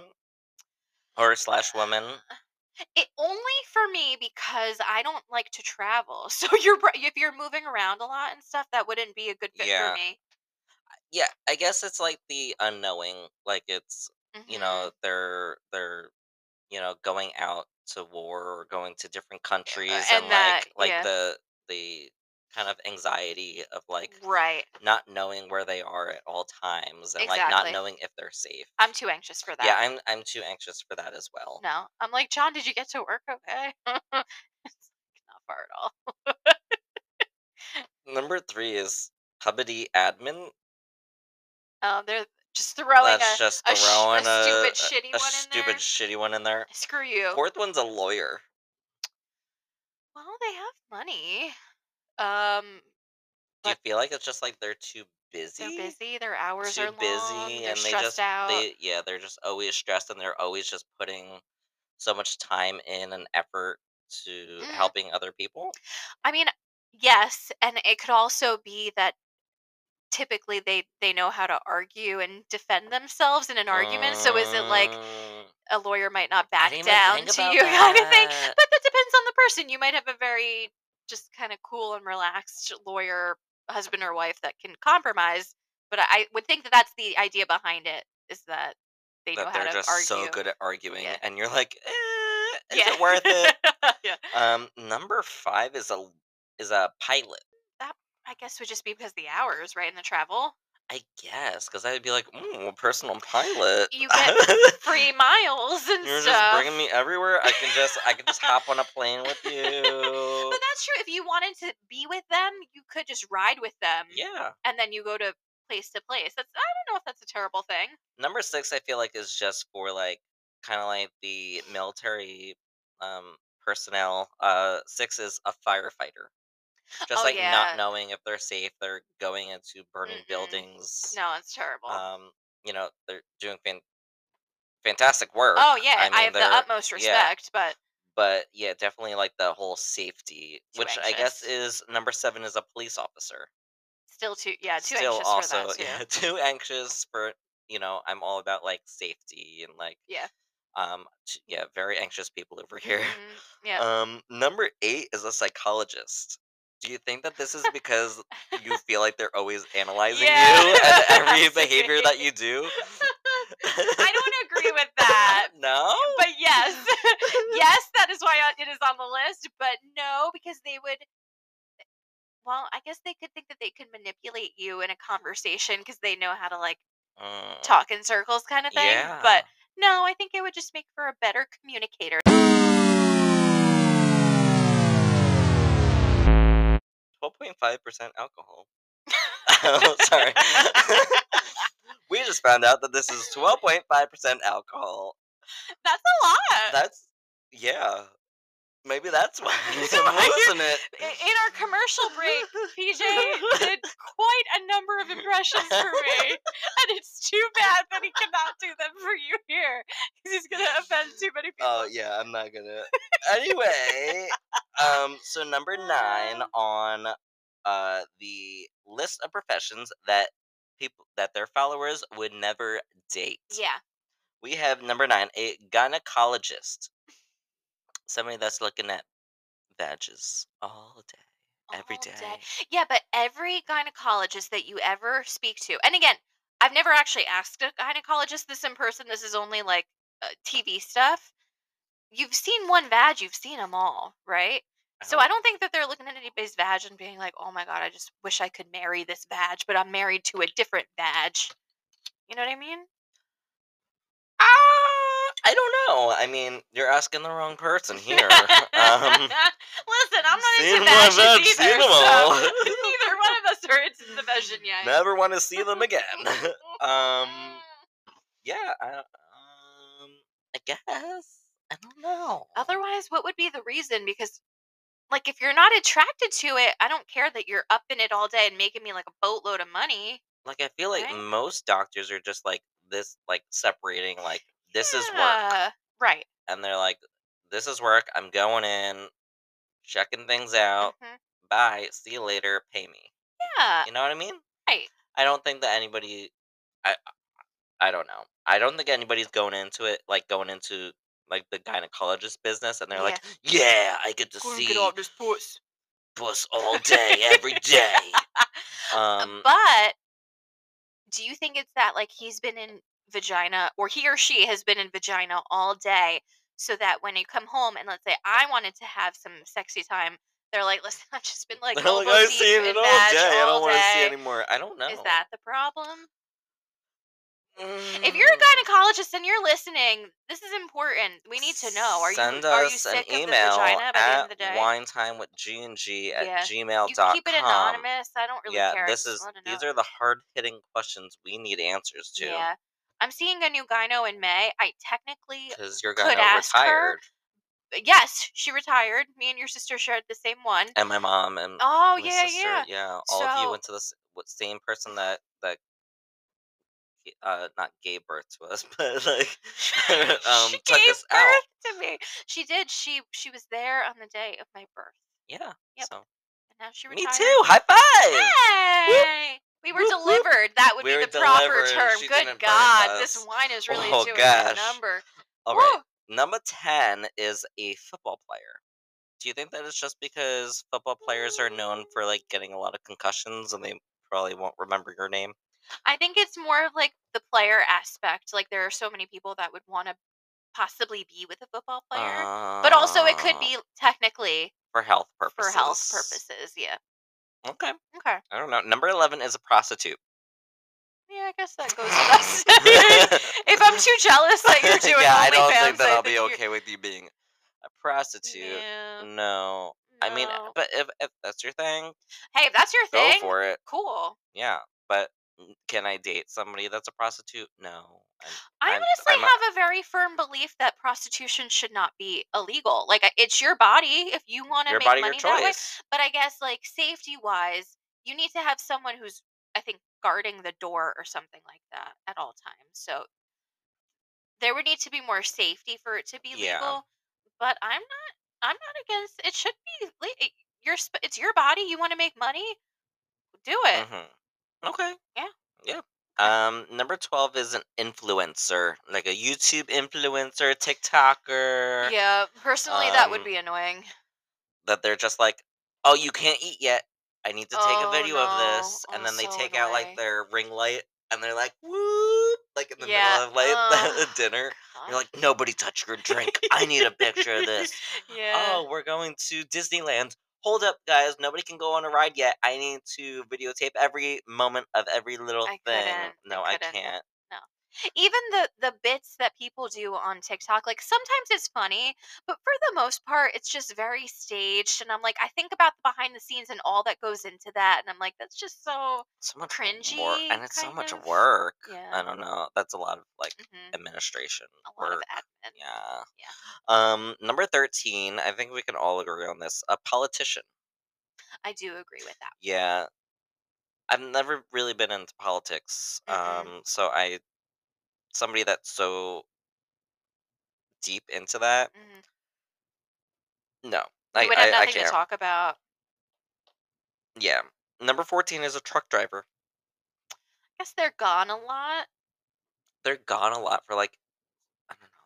S1: or slash woman.
S2: Uh, It only for me because I don't like to travel. So you're br- if you're moving around a lot and stuff, that wouldn't be a good fit
S1: Yeah.
S2: for me.
S1: Yeah, I guess it's like the unknowing. Like it's you
S2: Mhm.
S1: know they're they're you know going out to war or going to different countries
S2: and
S1: and,
S2: that-
S1: like like
S2: yeah.
S1: the the kind of anxiety of like
S2: Mm-hmm, right.
S1: not knowing where they are at all times and like not
S2: Exactly.
S1: knowing if they're safe.
S2: I'm too anxious for that.
S1: Yeah, I'm I'm too anxious for that as well.
S2: No, I'm like John. Did you get to work okay? it's not far at all.
S1: Number three is Hubbity admin.
S2: Um, they're just throwing
S1: That's
S2: a,
S1: just
S2: a sh- a
S1: throwing a,
S2: stupid shitty
S1: a
S2: one in
S1: stupid
S2: there.
S1: shitty one in there.
S2: screw you.
S1: Fourth one's a lawyer.
S2: well, they have money. Um,
S1: Do you
S2: But-
S1: feel like it's just like they're too busy?
S2: they're busy. Their hours
S1: Too
S2: are long.
S1: busy,
S2: They're
S1: and they
S2: stressed
S1: just
S2: out.
S1: they yeah they're just always stressed, and they're always just putting so much time in and effort to
S2: Mm.
S1: helping other people.
S2: I mean, yes, and it could also be that typically they they know how to argue and defend themselves in an argument. So is it like
S1: Mm,
S2: a lawyer might not
S1: I
S2: back
S1: didn't even
S2: down
S1: think
S2: to
S1: about
S2: you kind of thing?
S1: that.
S2: but that depends on the person. You might have a very just kind of cool and relaxed lawyer, husband or wife that can compromise. But I- I would think that that's the idea behind it is that they know
S1: That
S2: how
S1: they're
S2: to
S1: just
S2: argue.
S1: so good at arguing,
S2: Yeah.
S1: and you're like, eh, is
S2: yeah.
S1: it worth it?
S2: yeah.
S1: Um, number five is a is a pilot,
S2: I guess would just be because the hours, right, and the travel,
S1: I guess, because I'd be like, mm, a personal pilot.
S2: You get free miles and
S1: You're
S2: stuff.
S1: just bringing me everywhere. I can just I can just hop on a plane with you.
S2: but that's true. If you wanted to be with them, you could just ride with them,
S1: yeah.
S2: and then you go to place to place. That's I don't know if that's a terrible thing.
S1: Number six, I feel like is just for like kind of like the military um personnel. Uh, six is a firefighter. Just
S2: Oh,
S1: like
S2: yeah.
S1: not knowing if they're safe, they're going into burning
S2: Mm-mm.
S1: buildings.
S2: No, it's terrible.
S1: Um, you know they're doing fan- fantastic work.
S2: Oh yeah, I,
S1: I mean,
S2: have the
S1: they're-
S2: utmost
S1: yeah.
S2: respect, but
S1: but yeah, definitely like the whole safety,
S2: Too
S1: which I guess
S2: anxious.
S1: is number seven is a police officer.
S2: still too yeah too
S1: Still
S2: anxious
S1: also
S2: for that too.
S1: yeah, too anxious for you know I'm all about like safety and like
S2: Yeah.
S1: um t- yeah very anxious people over here.
S2: Mhm, yeah.
S1: Um, number eight is a psychologist. Do you think that this is because you feel like they're always analyzing
S2: Yeah.
S1: you and every
S2: Possibly.
S1: behavior that you do?
S2: I don't agree with that.
S1: no.
S2: But yes, yes, that is why uh, it is on the list. But no, because they would. Well, I guess they could think that they could manipulate you in a conversation because they know how to like
S1: Mm,
S2: talk in circles, kind of thing.
S1: yeah.
S2: But no, I think it would just make for a better communicator.
S1: twelve point five percent alcohol. oh, sorry. we just found out that this is twelve point five percent alcohol.
S2: That's a lot.
S1: That's yeah. Maybe that's why you
S2: So why
S1: listen
S2: you're-
S1: it.
S2: I- in our commercial break, PJ did quite a number of impressions for me, and it's too bad that he cannot do them for you here because he's gonna offend too many people.
S1: Oh yeah, I'm not gonna. Anyway, um, so number nine
S2: Um.
S1: on uh the list of professions that people that their followers would never date.
S2: yeah,
S1: We have number nine, a gynecologist, somebody that's looking at vages all day, every
S2: All
S1: day.
S2: day. yeah, but every gynecologist that you ever speak to, and again, I've never actually asked a gynecologist this in person. This is only like uh, TV stuff. You've seen one vag, you've seen them all, right? So
S1: Uh-huh.
S2: I don't think that they're looking at anybody's vag and being like, "Oh my god, I just wish I could marry this vag, but I'm married to a different vag." You know what I mean?
S1: Ah, I don't know. I mean, you're asking the wrong person here. um,
S2: Listen, I'm not
S1: seen
S2: into
S1: my
S2: vaginas
S1: vag,
S2: either.
S1: seen 'em
S2: so
S1: all.
S2: neither one of us are into the vagin yet.
S1: never want to see them again. um, yeah, I, um, I guess I don't know.
S2: Otherwise, what would be the reason? Because, like, if you're not attracted to it, I don't care that you're up in it all day and making me like a boatload of money.
S1: Like I feel like
S2: Right?
S1: most doctors are just like this, like separating, like this is work,
S2: Yeah, Right.
S1: and they're like, this is work. I'm going in, checking things out.
S2: Mhm.
S1: Bye. See you later. Pay me.
S2: Yeah.
S1: Uh, You know what I mean?
S2: Right.
S1: I don't think that anybody I I don't know. I don't think anybody's going into it like going into like the gynecologist business and they're
S2: Yeah.
S1: like, Yeah, I get to see
S2: this puss.
S1: puss all day, every day. Um
S2: but do you think it's that like he's been in vagina or he or she has been in vagina all day so that when you come home and let's say I wanted to have some sexy time, they're like, listen, I've just been like,
S1: they're
S2: elbow
S1: like, I've
S2: deep
S1: seen it
S2: in
S1: all day.
S2: vag
S1: I don't
S2: all
S1: want to see
S2: day."
S1: anymore. I don't know.
S2: Is that the problem? If
S1: Mm,
S2: you're a gynecologist and you're listening, this is important. We need to know. Are
S1: Send
S2: you are you
S1: us an
S2: sick of the
S1: email
S2: vagina by the end
S1: at
S2: of the day?
S1: wine time with G and G at
S2: Yeah.
S1: gmail.com.
S2: you keep it anonymous. I don't really
S1: yeah,
S2: care. I
S1: this
S2: just
S1: is
S2: wanna know.
S1: these are the hard hitting questions we need answers to.
S2: Yeah. I'm seeing a new gyno in May. I technically
S1: because you're
S2: could
S1: gonna
S2: ask her.
S1: retired,
S2: yes, she retired. Me and your sister shared the same one.
S1: and my mom and
S2: Oh
S1: my
S2: yeah,
S1: sister,
S2: yeah.
S1: all of you
S2: So-
S1: went to the s- what- same person that that g- uh not gave birth to us, but like um
S2: she
S1: took
S2: gave
S1: us
S2: birth
S1: out.
S2: to me. She did. She she was there on the day of my birth,
S1: Yeah,
S2: Yep,
S1: so
S2: and now she
S1: me
S2: retired. Ah,
S1: too. High five.
S2: Hey, we were
S1: Whoop, whoop.
S2: delivered. That would
S1: We were
S2: be the proper
S1: delivered.
S2: term.
S1: She
S2: Good
S1: didn't birth
S2: God, this
S1: us.
S2: wine is really
S1: Oh,
S2: doing
S1: gosh.
S2: a number.
S1: All right,
S2: Woo.
S1: number ten is a football player. Do you think that it's just because football players are known for like getting a lot of concussions and they probably won't remember your name?
S2: I think it's more of like the player aspect. Like there are so many people that would want to possibly be with a football player, but also it could
S1: Ah,
S2: be technically
S1: for health purposes.
S2: for health purposes. Yeah.
S1: Okay.
S2: Okay.
S1: I don't know. Number 11 is a prostitute.
S2: Yeah, I guess that goes without saying. if I'm too jealous that you're doing
S1: yeah, I don't think
S2: OnlyFans,
S1: that
S2: I
S1: I'll be
S2: you're-
S1: okay with you being a prostitute.
S2: Yeah,
S1: No. Mm, I mean,
S2: no.
S1: but if, if that's your thing,
S2: hey, if that's your
S1: go
S2: thing,
S1: for it.
S2: cool.
S1: Yeah. But n- can I date somebody that's a prostitute? No. I'm-
S2: I
S1: I'm-
S2: honestly
S1: I'm a-
S2: have a very firm belief that prostitution should not be illegal. Like, I- it's your body if you want to
S1: your
S2: make
S1: body, your
S2: money that way.
S1: choice.
S2: But I guess, like, safety wise, you need to have someone who's, I think, guarding the door or something like that at all times. So there would need to be more safety for it to be
S1: Yeah.
S2: legal. But I'm not. I'm not against. It should be. le- it- Your sp- it's your body. You want to make money, do it.
S1: hmm Okay.
S2: Yeah.
S1: Yeah. Um, number 12 is an influencer, like a YouTube influencer, TikToker.
S2: Yeah. Personally, that would
S1: Mm-hmm. Um,
S2: be annoying.
S1: that they're just like, oh, you can't eat yet. I need to take
S2: Oh,
S1: a video of this.
S2: no.
S1: And
S2: Oh,
S1: then they
S2: so
S1: take out like
S2: annoying.
S1: their ring light and they're like, whoop, like in the
S2: Yeah. uh.
S1: middle of like
S2: Ugh.
S1: dinner. You're
S2: God.
S1: like, nobody touch your drink. I need a picture of this.
S2: Yeah.
S1: Oh, we're going to Disneyland. Hold up, guys. Nobody can go on a ride yet. I need to videotape every moment of every little
S2: I
S1: thing.
S2: couldn't. I
S1: No, I,
S2: couldn't.
S1: can't.
S2: even the the bits that people do on TikTok, like sometimes it's funny, but for the most part, it's just very staged. And I'm like, I think about the behind the scenes and all that goes into that, and I'm like, that's just so
S1: So much work,
S2: Cringy,
S1: and it's so
S2: kind
S1: much
S2: of.
S1: work.
S2: Yeah.
S1: I don't know. That's a lot of like
S2: mhm,
S1: administration
S2: a lot of
S1: work.
S2: admin.
S1: Yeah. Um, number thirteen. I think we can all agree on this. A politician.
S2: I do agree with that.
S1: Yeah. I've never really been into politics.
S2: Mm-mm.
S1: Um, so I somebody that's so deep into that.
S2: hmm
S1: No.
S2: We
S1: I,
S2: would
S1: I,
S2: have
S1: I
S2: nothing to
S1: can't.
S2: talk about.
S1: Yeah. Number 14 is a truck driver.
S2: I guess they're gone a lot.
S1: They're gone a lot for like, I don't know,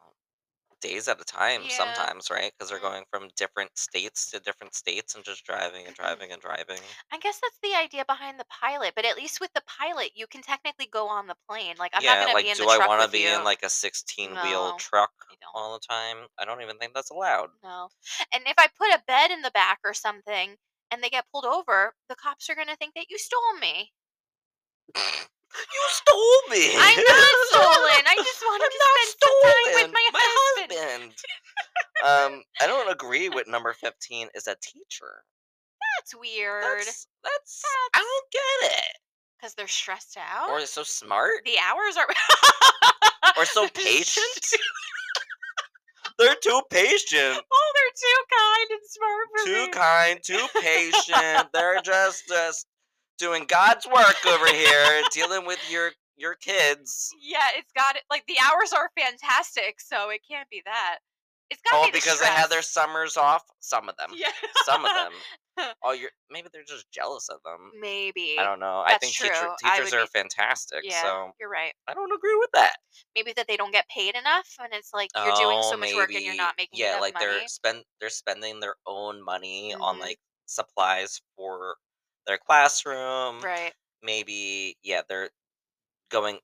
S1: days at a time
S2: Yeah.
S1: sometimes, right? Because they're
S2: Mhm.
S1: going from different states to different states and just driving and driving and driving.
S2: I guess that's the idea behind the pilot, but at least with the pilot, you can technically go on the plane. Like I'm not
S1: yeah,
S2: going to
S1: like,
S2: be in
S1: do
S2: the
S1: I
S2: truck
S1: want to
S2: with
S1: be
S2: you.
S1: in like a 16 wheel
S2: No,
S1: truck
S2: I don't.
S1: all the time? I don't even think that's allowed.
S2: No. And if I put a bed in the back or something and they get pulled over, the cops are going to think that you stole me.
S1: you stole me!
S2: I'm not stolen. I just wanted to spend some time with my, husband.
S1: um, I don't agree with number 15 is a teacher.
S2: That's weird
S1: That's, that's, I don't get it.
S2: because they're stressed out.
S1: Or so smart.
S2: the hours are.
S1: Or so
S2: They're just
S1: patient?
S2: too-
S1: They're too patient.
S2: oh, they're too kind and smart for
S1: Too
S2: me.
S1: kind, too patient. They're just just doing God's work over here, dealing with your your kids.
S2: Yeah, it's got it. Like the hours are fantastic, so it can't be that. It's got to
S1: Oh,
S2: be the
S1: because they had their
S2: stress.
S1: summers off. Some of them.
S2: Yeah.
S1: Some of them. Oh, you're maybe they're just jealous of them.
S2: Maybe.
S1: I don't know. I
S2: That's
S1: think teacher,
S2: true. I
S1: teachers
S2: would
S1: are fantastic,
S2: Yeah,
S1: so
S2: you're right.
S1: I don't agree with that.
S2: maybe that they don't get paid enough and it's like you're doing so
S1: Oh,
S2: much work and you're
S1: maybe.
S2: not making
S1: yeah
S2: enough
S1: like
S2: money
S1: they're spend they're spending their own money on
S2: Mhm.
S1: like supplies for their classroom
S2: right
S1: maybe yeah they're going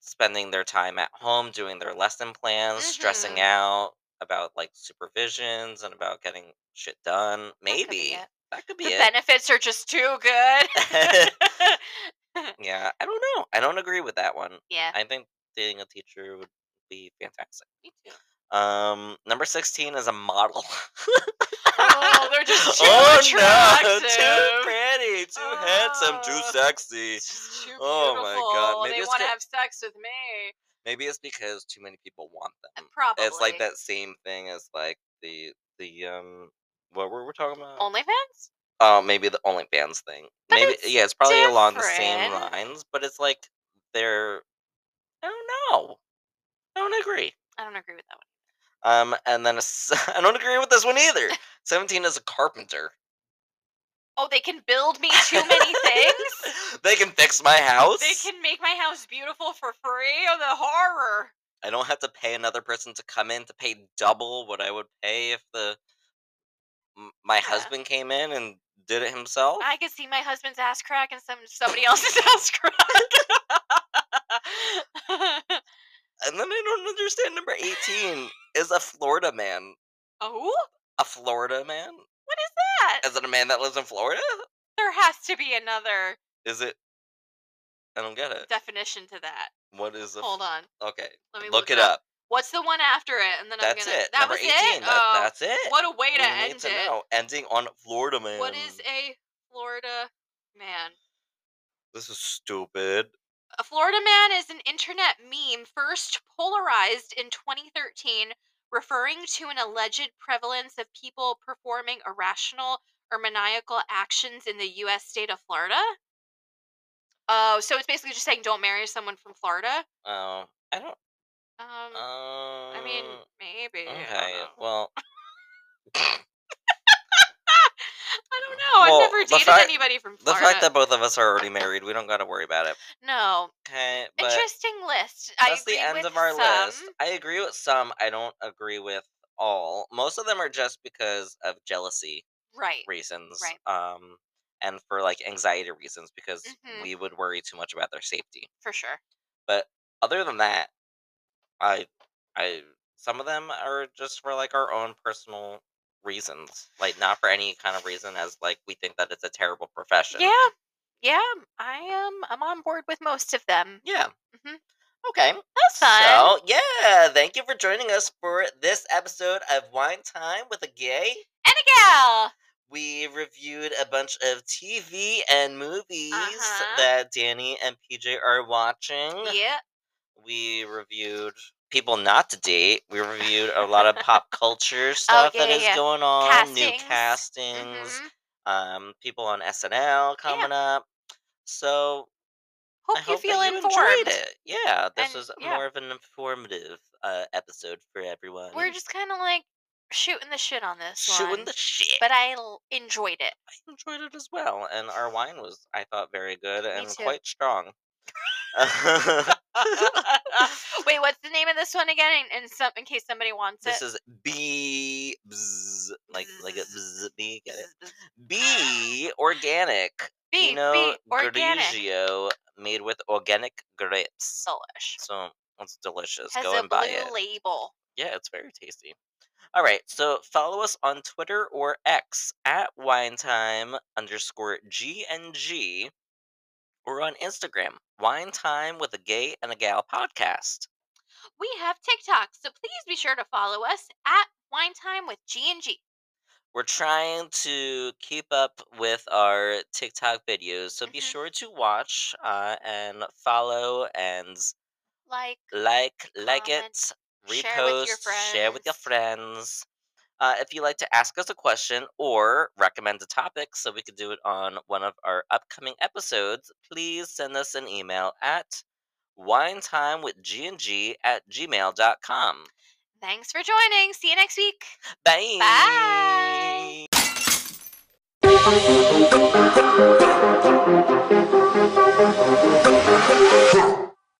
S1: spending their time at home doing their lesson plans stressing
S2: Mhm.
S1: out about like supervisions and about getting shit done
S2: be
S1: maybe
S2: it.
S1: that could be
S2: the
S1: it
S2: benefits are just too good
S1: yeah i don't know i don't agree with that one
S2: yeah
S1: i think dating a teacher would be fantastic
S2: me too
S1: um number 16 is a model
S2: oh they're just too attractive
S1: too pretty, too handsome, too
S2: Oh.
S1: sexy.
S2: It's just too
S1: Oh my God,
S2: beautiful,
S1: maybe
S2: they
S1: it's
S2: want to
S1: good-
S2: have sex with me
S1: Maybe it's because too many people want them.
S2: probably
S1: Uh, It's like that same thing as like the the um what were we talking about?
S2: OnlyFans?
S1: Oh, maybe the OnlyFans thing.
S2: But
S1: maybe
S2: it's
S1: yeah, it's probably along the same
S2: different.
S1: lines, but it's like they're I don't know. I don't agree.
S2: I don't agree with that one.
S1: Um, and then a s- I don't agree with this one either. Seventeen is a carpenter.
S2: Oh, they can build me too many things.
S1: they can fix my house.
S2: They can make my house beautiful for free. Oh, the horror!
S1: I don't have to pay another person to come in to pay double what I would pay if the m- my husband came in and did it himself.
S2: I could see my husband's ass crack and some somebody else's ass crack.
S1: and then I don't understand number 18 is a Florida man.
S2: oh,
S1: A Florida man?
S2: what is that?
S1: Is it a man that lives in Florida?
S2: There has to be another
S1: Is it I don't get it.
S2: definition to that.
S1: What is a
S2: Hold on,
S1: Okay.
S2: let me
S1: Look,
S2: look,
S1: it up.
S2: What's the one after it? And then
S1: That's
S2: I'm gonna.
S1: it.
S2: That
S1: number
S2: was
S1: 18.
S2: it.
S1: That,
S2: oh,
S1: that's it.
S2: what a way to
S1: We need
S2: end
S1: to
S2: it.
S1: know. Ending on Florida man.
S2: What is a Florida man?
S1: This is stupid.
S2: A Florida man is an internet meme first polarized in 2013, referring to an alleged prevalence of people performing irrational or maniacal actions in the U.S. state of Florida. Oh, so it's basically just saying don't marry someone from Florida.
S1: Oh, I don't
S2: Um,
S1: Um,
S2: Mm, I mean, maybe. I don't
S1: okay.
S2: know.
S1: Well,
S2: I don't know. I've
S1: well,
S2: never
S1: the
S2: dated
S1: fact-
S2: anybody from
S1: the
S2: Florida.
S1: fact that both of us are already married, we don't got to worry about it.
S2: no,
S1: Okay, but
S2: interesting list. I
S1: that's the
S2: agree
S1: end
S2: with
S1: of our
S2: some.
S1: list. I agree with some. I don't agree with all. Most of them are just because of jealousy
S2: Right.
S1: reasons.
S2: Right.
S1: Um. And for like anxiety reasons, because
S2: Mhm.
S1: we would worry too much about their safety.
S2: For sure.
S1: But other than that, I I some of them are just for like our own personal reasons, like not for any kind of reason as like we think that it's a terrible profession.
S2: Yeah, yeah. um, I am. I'm on board with most of them.
S1: Yeah.
S2: Mhm.
S1: Okay.
S2: That's fun.
S1: So yeah, thank you for joining us for this episode of Wine Time with a Gay.
S2: and a gal.
S1: We reviewed a bunch of TV and movies
S2: Uh-huh.
S1: that Danny and PJ are watching.
S2: Yeah.
S1: We reviewed people not to date. We reviewed a lot of pop culture stuff
S2: Oh, yeah,
S1: that is
S2: yeah.
S1: going on, new
S2: Castings.
S1: castings,
S2: Mhm.
S1: um, people on SNL coming up. So
S2: Hope
S1: I
S2: you
S1: hope that
S2: feel
S1: enjoyed
S2: informed.
S1: it. Yeah, this
S2: And-
S1: was
S2: yeah.
S1: more of an informative uh, episode for everyone.
S2: We're just kind of like shooting the shit on this
S1: shooting
S2: one,
S1: the shit.
S2: but I l- enjoyed it.
S1: I enjoyed it as well, and our wine was, I thought, very good and
S2: too.
S1: quite strong.
S2: Wait, what's the name of this one again? In, in some, in case somebody wants
S1: this
S2: it.
S1: is B, bzz, like like a bzz, B, get it?
S2: Zzz,
S1: B organic
S2: B,
S1: Pinot
S2: B, organic.
S1: Grigio made with organic grapes.
S2: Delish.
S1: So it's delicious.
S2: Has
S1: Go
S2: a
S1: and buy it.
S2: blue label.
S1: Yeah, it's very tasty. All right, so follow us on Twitter or X at winetime underscore GNG or on Instagram, Wine Time with a Gay and a Gal podcast.
S2: We have TikTok, so please be sure to follow us at Wine Time with G and G.
S1: We're trying to keep up with our TikTok videos, so be
S2: Mhm.
S1: sure to watch uh, and follow and
S2: Like
S1: like, like
S2: Comment,
S1: it, repost,
S2: Um, share with your
S1: share with your friends. Uh, if you'd like to ask us a question or recommend a topic so we could do it on one of our upcoming episodes, please send us an email at winetimewithgng at gmail.com.
S2: thanks for joining. See you next week.
S1: Bye.
S2: Bye.
S1: Bye.